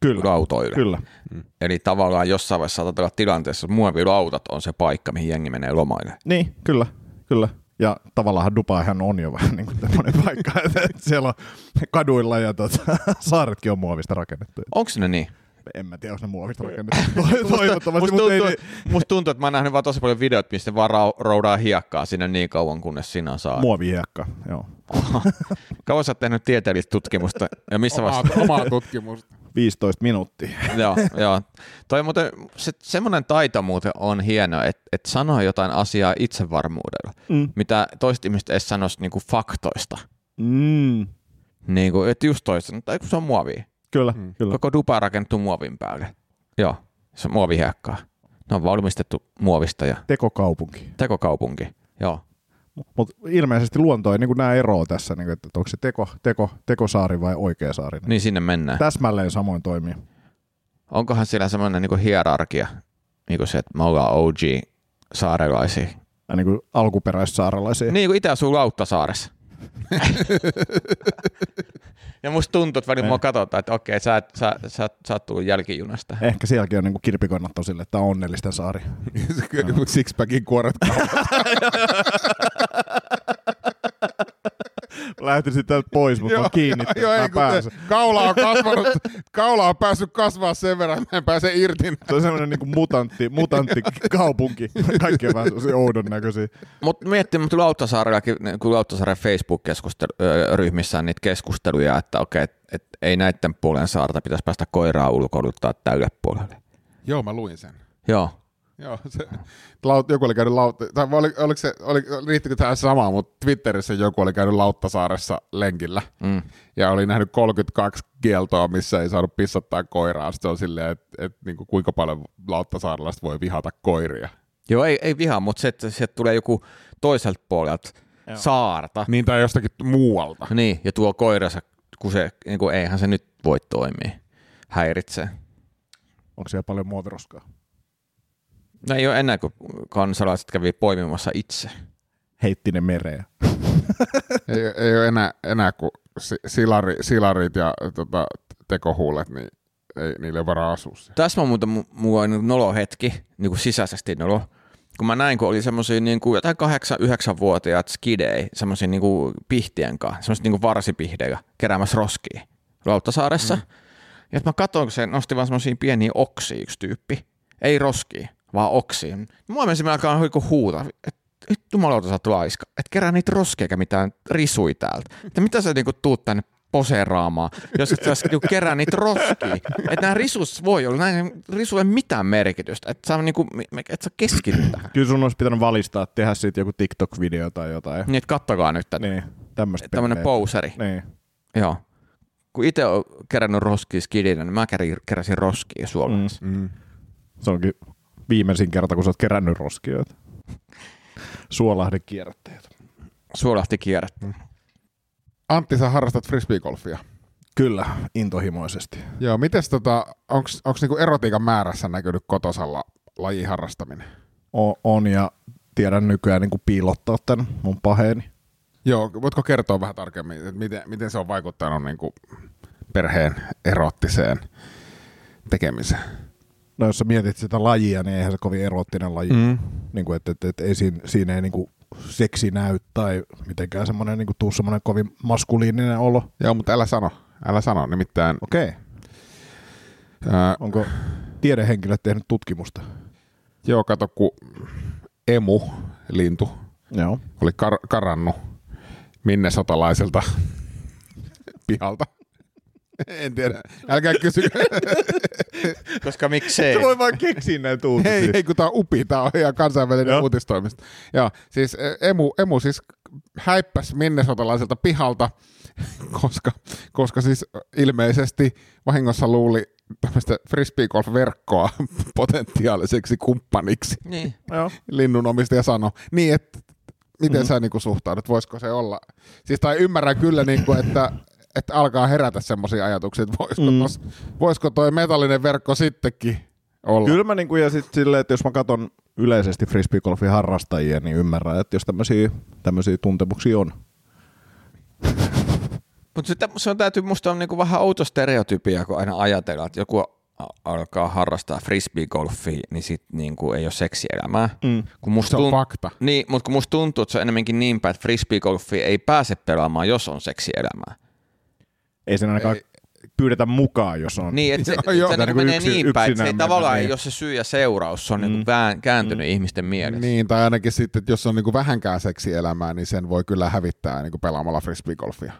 Speaker 1: Kyllä.
Speaker 2: rautoille.
Speaker 1: Kyllä.
Speaker 2: Eli tavallaan jossain vaiheessa saatat olla tilanteessa, että muovirautat on se paikka, mihin jengi menee lomaille.
Speaker 1: Niin, kyllä, kyllä. Ja tavallaan Dubaihan on jo vähän niin kuin tämmöinen paikka, että että siellä on kaduilla ja tota, saaretkin on muovista rakennettu.
Speaker 2: Onko ne niin?
Speaker 1: En mä tiedä, onko ne muovista rakennettu. To- Toivottavasti,
Speaker 2: musta,
Speaker 1: mutta ei,
Speaker 2: tuntuu,
Speaker 1: niin-
Speaker 2: musta tuntuu, että mä oon nähnyt vaan tosi paljon videoita, mistä ne vaan rau- roudaa hiekkaa sinne niin kauan, kunnes sinä saa.
Speaker 1: muovihiekka, joo.
Speaker 2: Kauan sä oot tehnyt tieteellistä tutkimusta ja missä
Speaker 3: Omaa,
Speaker 2: vasta?
Speaker 3: omaa tutkimusta.
Speaker 1: 15 minuuttia.
Speaker 2: joo, joo. Toi muuten, se, semmoinen taito muuten on hieno, että et sanoa jotain asiaa itsevarmuudella, mm. mitä toiset ihmiset ei sanoisi niinku faktoista.
Speaker 1: Mm,
Speaker 2: Niinku, että just toista, no, tai kun se on muovia.
Speaker 1: kyllä, mm. kyllä.
Speaker 2: Koko dupa on rakennettu muovin päälle. Joo, se on muovihiekkaa. Ne on valmistettu muovista ja
Speaker 1: Tekokaupunki.
Speaker 2: tekokaupunki. Joo.
Speaker 1: Mutta ilmeisesti luonto ei niin nämä eroa tässä, niin kuin, että onko se teko, teko, tekosaari vai oikea saari. Niin.
Speaker 2: Niin sinne mennään.
Speaker 1: Täsmälleen samoin toimii.
Speaker 2: Onkohan siellä semmoinen niinku hierarkia, niinku se, että me ollaan OG saarelaisia.
Speaker 1: Ja niin kuin alkuperäissaarelaisia.
Speaker 2: Niin kuin itse asuu Lauttasaaressa. ja musta tuntuu, että välillä mua katsotaan, että okei, sä, et- sä, sä, sä, sä oot tullut jälkijunasta.
Speaker 1: Ehkä sielläkin on niin kuin kirpikonnat on sille, että tämä on onnellisten saari.
Speaker 3: Sixpackin kuoret
Speaker 1: Lähtisin täältä pois, mutta on kiinni.
Speaker 3: Joo, ei, kun
Speaker 1: pääsen.
Speaker 3: se kaula on kasvanut, kaula on päässyt kasvaa sen verran, että mä en pääse irti.
Speaker 1: Se on semmoinen niin mutantti, mutantti kaupunki. Kaikki on vähän semmoisia oudon näköisiä.
Speaker 2: Mutta miettii, mutta Lauttasaarillakin, niin kuin Lauttasaaren Facebook-ryhmissä on niitä keskusteluja, että okei, et, et, ei näiden puolen saarta pitäisi päästä koiraa ulkoiluttaa täylle puolelle.
Speaker 3: Joo, mä luin sen.
Speaker 2: Joo.
Speaker 3: Joo, se, laut, joku oli käynyt lautta, tai vai oli, oliko se, oli, riittikö tähän samaan, mutta Twitterissä joku oli käynyt Lauttasaaressa lenkillä mm. ja oli nähnyt 32 kieltoa, missä ei saanut pissattaa koiraa. Sitten se on silleen, että et, niinku, kuinka paljon Lauttasaarelaiset voi vihata koiria.
Speaker 2: Joo, ei, ei vihaa, mutta se, että sieltä tulee joku toiselta puolelta Joo. saarta,
Speaker 3: Niin tai jostakin muualta.
Speaker 2: niin, ja tuo koiransa, kun se, niin kuin, eihän se nyt voi toimia, häiritsee.
Speaker 1: Onko siellä paljon muoviroskaa?
Speaker 2: No ei ole enää, kun kansalaiset kävi poimimassa itse.
Speaker 1: Heitti ne mereen.
Speaker 3: ei, ei ole enää, enää kuin si- silari, silarit ja tota, tekohuulet, niin ei, niille ei varaa asua siellä.
Speaker 2: Tässä on muuten mu- mulla oli niinku nolo hetki, niin kuin sisäisesti nolo. Kun mä näin, kun oli semmoisia niin kuin jotain 8-9-vuotiaat skidei, semmoisia niin kuin pihtien kanssa, semmoisia niin kuin varsipihdejä keräämässä roskia Lauttasaaressa. Mm. Ja sit mä katsoin, kun se nosti vaan semmoisia pieniä oksia yksi tyyppi. Ei roskia, vaan oksia. Mua meni sinne alkaa huiku huuta, että nyt jumalauta sä oot laiska, että kerää niitä roskia eikä mitään risui täältä. Että mitä sä niinku tuut tänne poseeraamaan, jos et sä niinku kerää niitä roskia. Että nämä risus voi olla, näin risulle mitään merkitystä, että sä, niinku, et sä keskity tähän.
Speaker 1: Kyllä sun olisi pitänyt valistaa, tehdä siitä joku TikTok-video tai jotain.
Speaker 2: Niin, että kattokaa nyt tätä.
Speaker 1: Niin, tämmöistä.
Speaker 2: Tämmönen
Speaker 1: peliä.
Speaker 2: pouseri.
Speaker 1: Niin.
Speaker 2: Joo. Kun itse olen kerännyt roskia skidinä, niin mä kerin- keräsin roskia Suomessa.
Speaker 3: Mm.
Speaker 1: Se onkin viimeisin kerta, kun sä oot kerännyt roskioita. Suolahden kierrätteet.
Speaker 2: Suolahti kierrettä.
Speaker 3: Antti, sä harrastat frisbeegolfia.
Speaker 1: Kyllä, intohimoisesti.
Speaker 3: Joo, mites tota, onks, onks niinku erotiikan määrässä näkynyt kotosalla lajiharrastaminen?
Speaker 1: O- on ja tiedän nykyään niin kuin piilottaa tämän mun paheeni.
Speaker 3: Joo, voitko kertoa vähän tarkemmin, että miten, miten se on vaikuttanut niinku perheen erottiseen tekemiseen?
Speaker 1: No jos sä mietit sitä lajia, niin eihän se kovin eroottinen laji. Mm. Niin kuin, että, että, että ei siinä, siinä ei niin kuin seksi näy tai mitenkään semmoinen, niin kuin, tuu semmoinen kovin maskuliininen olo.
Speaker 3: Joo, mutta älä sano, älä sano, nimittäin
Speaker 1: Okei. Okay.
Speaker 3: ää,
Speaker 1: Onko tiedehenkilöt tehnyt tutkimusta?
Speaker 3: Joo, kato, kun emu, lintu,
Speaker 1: Joo.
Speaker 3: oli kar- karannut minne sotalaiselta pihalta. En tiedä. Älkää kysykö.
Speaker 2: Koska miksei?
Speaker 1: vaan keksiä näitä
Speaker 3: Hei, hei, kun tää on upi, tää on ihan kansainvälinen
Speaker 1: Joo.
Speaker 3: Joo. uutistoimisto. Joo, siis eh, emu, emu siis häippäs minnesotalaiselta pihalta, koska, koska siis ilmeisesti vahingossa luuli tämmöistä frisbeegolf-verkkoa potentiaaliseksi kumppaniksi.
Speaker 2: Niin.
Speaker 1: Joo.
Speaker 3: linnunomistaja sanoi, niin että miten mm-hmm. sä niinku suhtaudut, voisiko se olla? Siis tai ymmärrän kyllä, niinku, että, että alkaa herätä semmoisia ajatuksia, että voisiko, mm. tos, voisiko toi metallinen verkko sittenkin olla?
Speaker 1: Kyllä mä niinku, ja sit silleen, että jos mä katson yleisesti frisbeegolfin harrastajia, niin ymmärrän, että jos tämmöisiä, tämmöisiä tuntemuksia on.
Speaker 2: Mutta sitten se on täytyy musta on niinku vähän outo stereotypia, kun aina ajatellaan, että joku a- alkaa harrastaa frisbeegolfia, niin sit niinku ei ole seksielämää. Mm. Kun musta
Speaker 3: Se on
Speaker 2: tunt-
Speaker 3: fakta.
Speaker 2: Niin, mutta kun musta tuntuu, että se on enemmänkin niin päin, että frisbeegolfia ei pääse pelaamaan, jos on seksielämää.
Speaker 1: Ei sen ainakaan pyydetä mukaan, jos on.
Speaker 2: Niin, että se,
Speaker 3: Joo, joo,
Speaker 2: se
Speaker 1: tää
Speaker 2: niin
Speaker 1: niinku
Speaker 2: menee
Speaker 1: yksi-
Speaker 2: niin päin, että se ei
Speaker 1: yksinään
Speaker 2: tavallaan
Speaker 1: menee.
Speaker 2: ei ole se syy ja seuraus, se on mm. niinku vään- kääntynyt mm. ihmisten mielessä. Niin.
Speaker 3: Niin, tai ainakin sitten, että jos on niinku vähänkään seksielämää, niin sen voi kyllä hävittää niinku pelaamalla frisbeegolfia.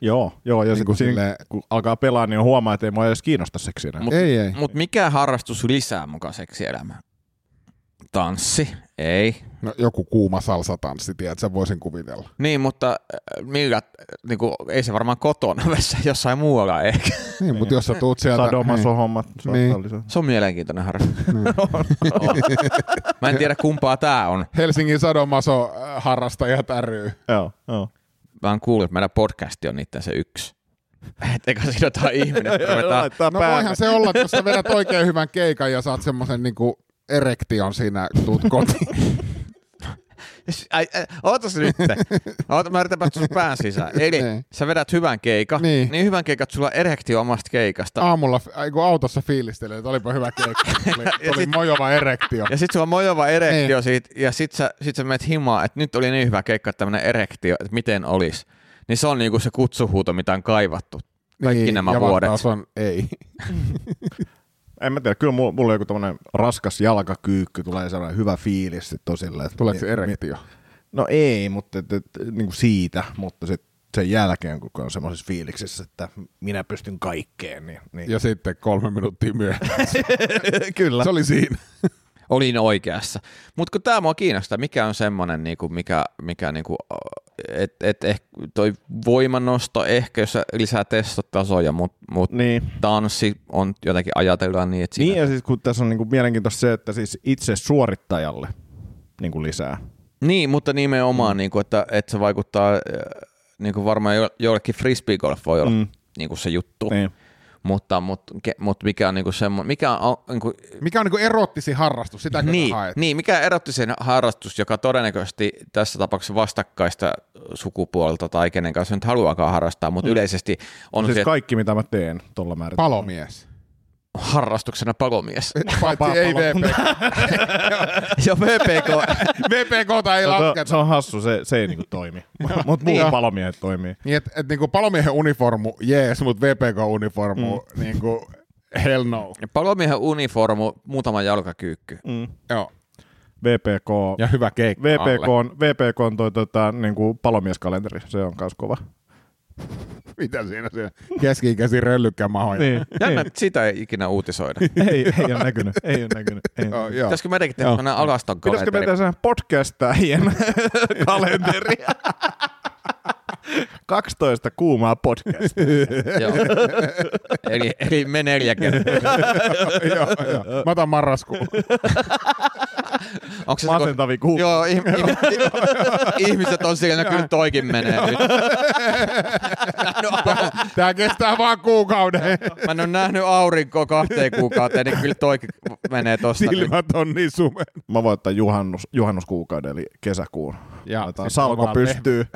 Speaker 1: Joo, joo, ja
Speaker 3: Niin kuin
Speaker 1: niin sille...
Speaker 3: silleen-
Speaker 1: kun alkaa pelaa, niin huomaa, että ei mua edes kiinnosta seksi enää.
Speaker 2: Mut-
Speaker 3: Ei, ei.
Speaker 2: Mutta mikä harrastus lisää mukaan seksielämää? Tanssi? Ei.
Speaker 3: No, joku kuuma salsatanssi, tiedät, sen voisin kuvitella.
Speaker 2: Niin, mutta äh, millä, äh, niinku, ei se varmaan kotona vessa, jossain muualla ehkä.
Speaker 3: Niin, mutta jos sä tuut sieltä...
Speaker 1: Sadomaso hommat.
Speaker 3: Niin.
Speaker 2: Se on mielenkiintoinen harrastus.
Speaker 3: Mm.
Speaker 2: On. Mä en tiedä kumpaa tää on.
Speaker 3: Helsingin Sadomaso äh, harrastajat ry.
Speaker 1: Joo, joo.
Speaker 2: Mä oon kuullut, että meidän podcasti on niitä se yksi. Et eikä siinä jotain ihminen, että ruvetaan
Speaker 1: Laittaa
Speaker 3: No
Speaker 1: päälle.
Speaker 3: voihan se olla, että jos sä vedät oikein hyvän keikan ja saat semmoisen niinku erektion siinä, kun tuut kotiin.
Speaker 2: Siis, Ai, ai, ootas nyt. Oota, mä yritän päästä sun pään sisään. Eli
Speaker 3: Niin.
Speaker 2: sä vedät hyvän keikan, niin,
Speaker 3: Niin.
Speaker 2: niin hyvän keikan, että sulla on erektio omasta keikasta.
Speaker 3: Aamulla, aiku autossa fiilistelee, että olipa hyvä keikka. Tuli,
Speaker 2: Ja
Speaker 3: tuli
Speaker 2: sit-
Speaker 3: mojova erektio.
Speaker 2: Ja sit sulla on mojova erektio
Speaker 3: Niin.
Speaker 2: siitä, ja sit sä, sit sä menet himaan, että nyt oli niin hyvä keikka, että tämmönen erektio, että miten olis. Niin se on niinku se kutsuhuuto, mitä on kaivattu. Kaikki niin, nämä
Speaker 3: ja
Speaker 2: vuodet.
Speaker 3: vastaus on ei.
Speaker 1: En mä tiedä, kyllä mulla, mulla on joku tämmönen raskas jalkakyykky, tulee sellainen hyvä fiilis sit tosille. että-
Speaker 3: Tuleeko se
Speaker 1: mi-
Speaker 3: erektio?
Speaker 1: No ei, mutta et, et, niin kuin siitä, mutta sit sen jälkeen, kun on semmoisessa fiiliksessä, että minä pystyn kaikkeen, niin... niin.
Speaker 3: Ja sitten kolme minuuttia myöhemmin.
Speaker 1: kyllä.
Speaker 3: Se oli siinä.
Speaker 2: Olin niin oikeassa. Mutta kun tämä mua kiinnostaa, mikä on semmoinen, niinku, mikä, mikä niinku, että et, eh, toi voimannosto ehkä, jos sä lisää testotasoja, mutta mut
Speaker 1: Niin.
Speaker 2: tanssi on jotenkin ajatellaan niin, että
Speaker 1: Niin,
Speaker 2: siinä...
Speaker 1: ja siis kun tässä on niin kuin mielenkiintoista se, että siis itse suorittajalle niin kuin lisää.
Speaker 2: niin mutta
Speaker 1: Mm.
Speaker 2: nimenomaan, niin kuin, että, että se vaikuttaa, äh, niin kuin varmaan jo- joillekin frisbeegolf voi olla mm. niin kuin se juttu,
Speaker 1: Niin.
Speaker 2: mutta, mutta, ke- mutta, mikä on, niin kuin semmo, mikä on niin kuin,
Speaker 3: Mikä on niinku erottisin harrastus? Sitä
Speaker 2: niin,
Speaker 3: niin, haet.
Speaker 2: niin, mikä erotti sen harrastus, joka todennäköisesti tässä tapauksessa vastakkaista sukupuolta tai kenen kanssa nyt haluaakaan harrastaa, mutta mm. yleisesti on
Speaker 1: Siis
Speaker 2: siis
Speaker 1: kaikki, mitä mä teen, tuolla määrin.
Speaker 3: Palomies.
Speaker 2: harrastuksena palomies.
Speaker 3: Paitsi ei VPK.
Speaker 2: ja VPK,
Speaker 3: VPK
Speaker 1: No, se,
Speaker 3: ei lasketa.
Speaker 1: se on hassu, se, se ei niinku toimi. Mutta muu
Speaker 3: Niin.
Speaker 1: palomiehet toimii.
Speaker 3: Niin, et, et niinku palomiehen uniformu, jees, mutta VPK-uniformu, mm. niinku, hell no.
Speaker 2: palomiehen uniformu, muutama jalkakyykky.
Speaker 1: Niin.
Speaker 3: Joo.
Speaker 1: VPK,
Speaker 3: Ja hyvä keikka
Speaker 1: VPK,
Speaker 3: alle.
Speaker 1: on, VPK on toi tota, niinku palomieskalenteri, se on myös kova.
Speaker 3: Mitä siinä siinä? Keski-ikäisiä röllykkä mahoja.
Speaker 1: Niin,
Speaker 2: Jännä, että sitä ei ikinä uutisoida.
Speaker 1: ei, ei ole näkynyt, ei ole näkynyt. Ei ole
Speaker 3: Joo,
Speaker 1: näkynyt.
Speaker 3: joo.
Speaker 2: Pitäisikö meidänkin tehdä aina alaston
Speaker 1: Pitäisikö
Speaker 2: kalenteri?
Speaker 1: meidän sen podcastajien kalenteri? 12 kuumaa podcastia.
Speaker 2: Joo. eli, eli me neljä kertaa.
Speaker 3: joo, joo. Mä otan marraskuun.
Speaker 2: Onko se
Speaker 1: Masentavi kuuma.
Speaker 2: Joo, ihm, ihm, ihmiset on siellä, no kyllä toikin menee nyt. No,
Speaker 3: Tää kestää vaan kuukauden.
Speaker 2: Mä en ole nähnyt aurinkoa kahteen kuukauteen, niin kyllä toikin menee tosta.
Speaker 3: Silmät on niin sumen.
Speaker 1: Mä voin ottaa juhannus, juhannuskuukauden, eli kesäkuun.
Speaker 3: Ja
Speaker 1: Laitetaan
Speaker 3: sit
Speaker 1: salko
Speaker 3: omaan
Speaker 1: pystyy.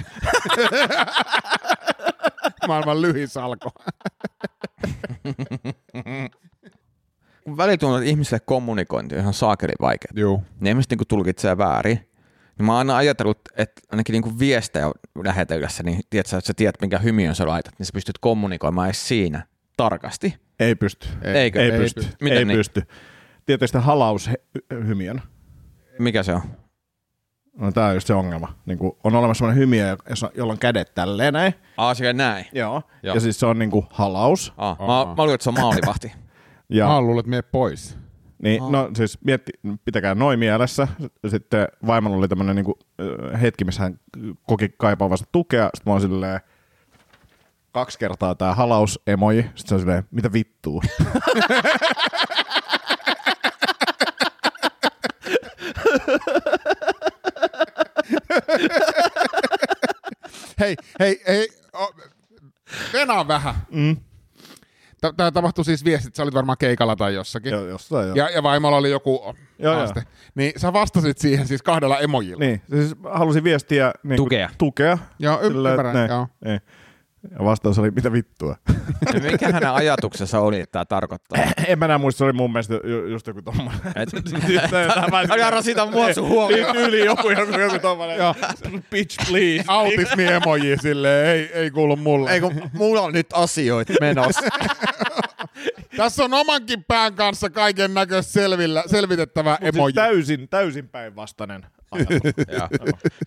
Speaker 3: Maailman lyhin salko.
Speaker 2: Kun välillä tuntuu, että ihmisille kommunikointi on ihan saakeli vaikea.
Speaker 3: Joo.
Speaker 2: Ne ihmiset niinku tulkitsee väärin. Niin mä oon aina ajatellut, että ainakin niinku viestejä lähetellessä, niin tiedät, sä, että sä tiedät, minkä hymiön sä laitat, niin sä pystyt kommunikoimaan edes siinä tarkasti.
Speaker 1: Ei pysty.
Speaker 2: Eikö?
Speaker 1: Ei,
Speaker 2: Ei
Speaker 1: pysty.
Speaker 2: pysty.
Speaker 1: Miten
Speaker 2: Miten
Speaker 1: ei
Speaker 2: niin?
Speaker 1: pysty. Tietysti halaushymiön.
Speaker 2: Mikä se on?
Speaker 1: No tää on just se ongelma. Niin kun on olemassa sellainen hymiö, jossa- jolla on kädet tälleen näin.
Speaker 2: Aa, se näin.
Speaker 1: Joo.
Speaker 2: Joo.
Speaker 1: Ja siis se on niin kuin halaus.
Speaker 2: Aa, mä, mä luulen, että se on maalivahti.
Speaker 1: Ja
Speaker 3: Mä oon luullut, että mene pois.
Speaker 1: Niin, no siis mietti, pitäkää noin mielessä. Sitten vaimon oli tämmöinen niinku, ö, hetki, missä hän koki kaipaavansa tukea. Sitten mä oon silleen, kaksi kertaa tää halausemoji. Sitten se on silleen, mitä vittuu?
Speaker 3: Hei, hei, hei. O, venaa vähän. Mm. Tämä tapahtui siis viestit, sä olit varmaan keikalla tai jossakin.
Speaker 1: ja, jossain, ja.
Speaker 3: Ja, ja vaimolla oli joku
Speaker 1: Joo,
Speaker 3: joo,
Speaker 1: joo.
Speaker 3: haaste. Niin sä vastasit siihen siis kahdella emojilla.
Speaker 1: Niin, siis halusin Niin, viestiä niinku,
Speaker 2: Tukea.
Speaker 1: tukea.
Speaker 3: Joo, y- ymmärrän,
Speaker 1: että
Speaker 3: joo.
Speaker 1: Niin. Ja vastaus oli, mitä vittua.
Speaker 2: Mikä hänen ajatuksensa oli, että tämä tarkoittaa?
Speaker 1: en mä enää muista, se oli mun mielestä ju- just joku tommonen.
Speaker 2: Et- Älä
Speaker 1: Älä
Speaker 2: rasita mua sun huomioon.
Speaker 1: Niin, Yli joku, joku, joku tommonen. Bitch please.
Speaker 3: Autismi emoji sille ei, ei kuulu mulle.
Speaker 2: Ei kun mulla on nyt asioita menossa.
Speaker 3: Tässä on omankin pään kanssa kaiken näköistä selvitettävä
Speaker 1: Mut
Speaker 3: emoji.
Speaker 1: Siis täysin, täysin päinvastainen ajatus.
Speaker 2: Joo.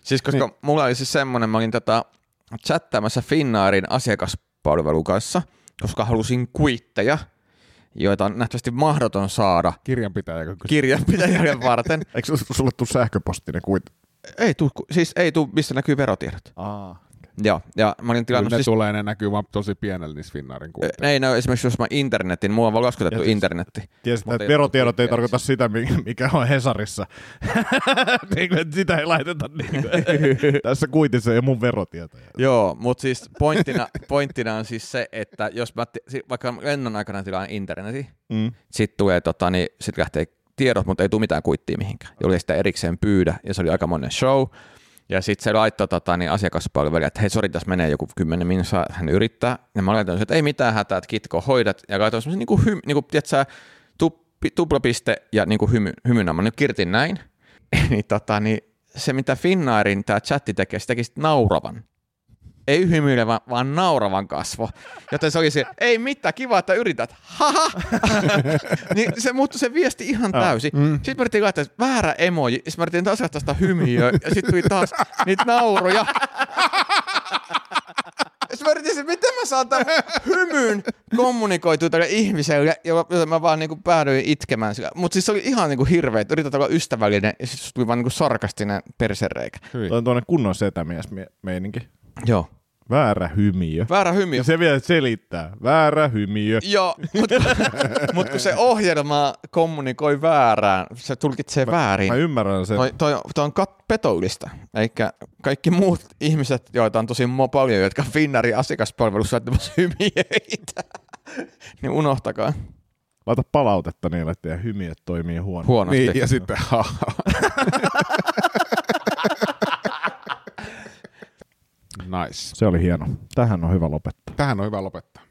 Speaker 2: siis koska niin. mulla oli siis semmoinen, mä olin tätä chattaamassa Finnairin asiakaspalvelun kanssa, koska halusin kuitteja, joita on nähtävästi mahdoton saada
Speaker 3: Kirjanpitäjä.
Speaker 2: kirjanpitäjien varten.
Speaker 1: Eikö sul- sulle tule sähköpostinen kuitti?
Speaker 2: Ei tuu, ku- siis ei tuu, missä näkyy verotiedot.
Speaker 1: Aa.
Speaker 2: Joo, ja mä olin
Speaker 1: no
Speaker 3: Kyllä
Speaker 2: tilannut
Speaker 3: ne
Speaker 2: siis...
Speaker 3: tulee, ne näkyy vaan tosi pienellä niissä
Speaker 1: E-
Speaker 3: Finnaarin kuitteilla.
Speaker 2: Ei, no esimerkiksi jos mä internetin, mulla on vaan laskutettu
Speaker 1: Ja siis-
Speaker 2: internetti.
Speaker 1: Tiesit,
Speaker 2: Mut
Speaker 1: että
Speaker 2: ei
Speaker 1: verotiedot ei
Speaker 2: tullut
Speaker 1: tarkoita sitä, mi- mikä on Hesarissa. niin kuin, että sitä ei laiteta niin kuin. Tässä kuitissa ei ole mun verotietoja.
Speaker 2: Joo, mutta siis pointtina, pointtina on siis se, että jos mä, ti- si- vaikka lennon aikana tilaan internetin,
Speaker 1: Mm.
Speaker 2: sitten tulee, tota, niin sit lähtee tiedot, mutta ei tule mitään kuittia mihinkään. Jolle sitä erikseen pyydä, ja se oli aika monen show. Ja sitten se laittoi tota, niin asiakaspalvelija, että hei, sori, tässä menee joku 10 minsa, hän yrittää. Ja mä laitoin sen, että ei mitään hätää, että kitko hoidat. Ja laitoin semmoisen, niin kuin, hym, niin kuin tiedätkö, tuppi, tuplapiste ja niin kuin hymy, hymynamma. Nyt kirtin näin. niin, tota, niin se, mitä Finnairin tämä chatti tekee, se teki sit nauravan. Ei hymyilevän, vaan nauravan kasvo. Joten se oli se, ei mitään, kiva, että yrität. Haha! niin se muuttui se viesti ihan täysin. Mm. Sitten mä yritin laittaa, että väärä emoji. Sitten mä yritin taas laittaa sitä hymiöä. Ja sitten tuli taas niitä nauruja. Sitten mä yritin, että miten mä saan tämän hymyn kommunikoitua tälle ihmiselle, jolla- jota mä vaan niinku päädyin itkemään sillä. Mutta siis se oli ihan niinku hirveä, että yrität olla ystävällinen ja sitten tuli vaan niinku sarkastinen persereikä.
Speaker 1: Toi on tuonne kunnon setämies mie- meininki.
Speaker 2: Joo.
Speaker 1: Väärä hymiö.
Speaker 2: Väärä Niin. hymiö.
Speaker 1: Ja se vielä selittää. Väärä hymiö.
Speaker 2: Joo, mutta mut kun se ohjelma kommunikoi väärään, se tulkitsee väärin.
Speaker 1: Mä ymmärrän sen.
Speaker 2: Toi, toi, toi on kat- petoillista. Eli kaikki muut ihmiset, joita on tosi mo- paljon, jotka Finnari asiakaspalvelussa laittamassa hymiöitä, niin unohtakaa.
Speaker 1: Laita palautetta niille, että teidän hymiöt toimii huonosti.
Speaker 2: Huonosti.
Speaker 3: Niin, ja sitten Nice.
Speaker 1: Se oli hieno. Tähän on hyvä lopettaa.
Speaker 3: Tähän on hyvä lopettaa.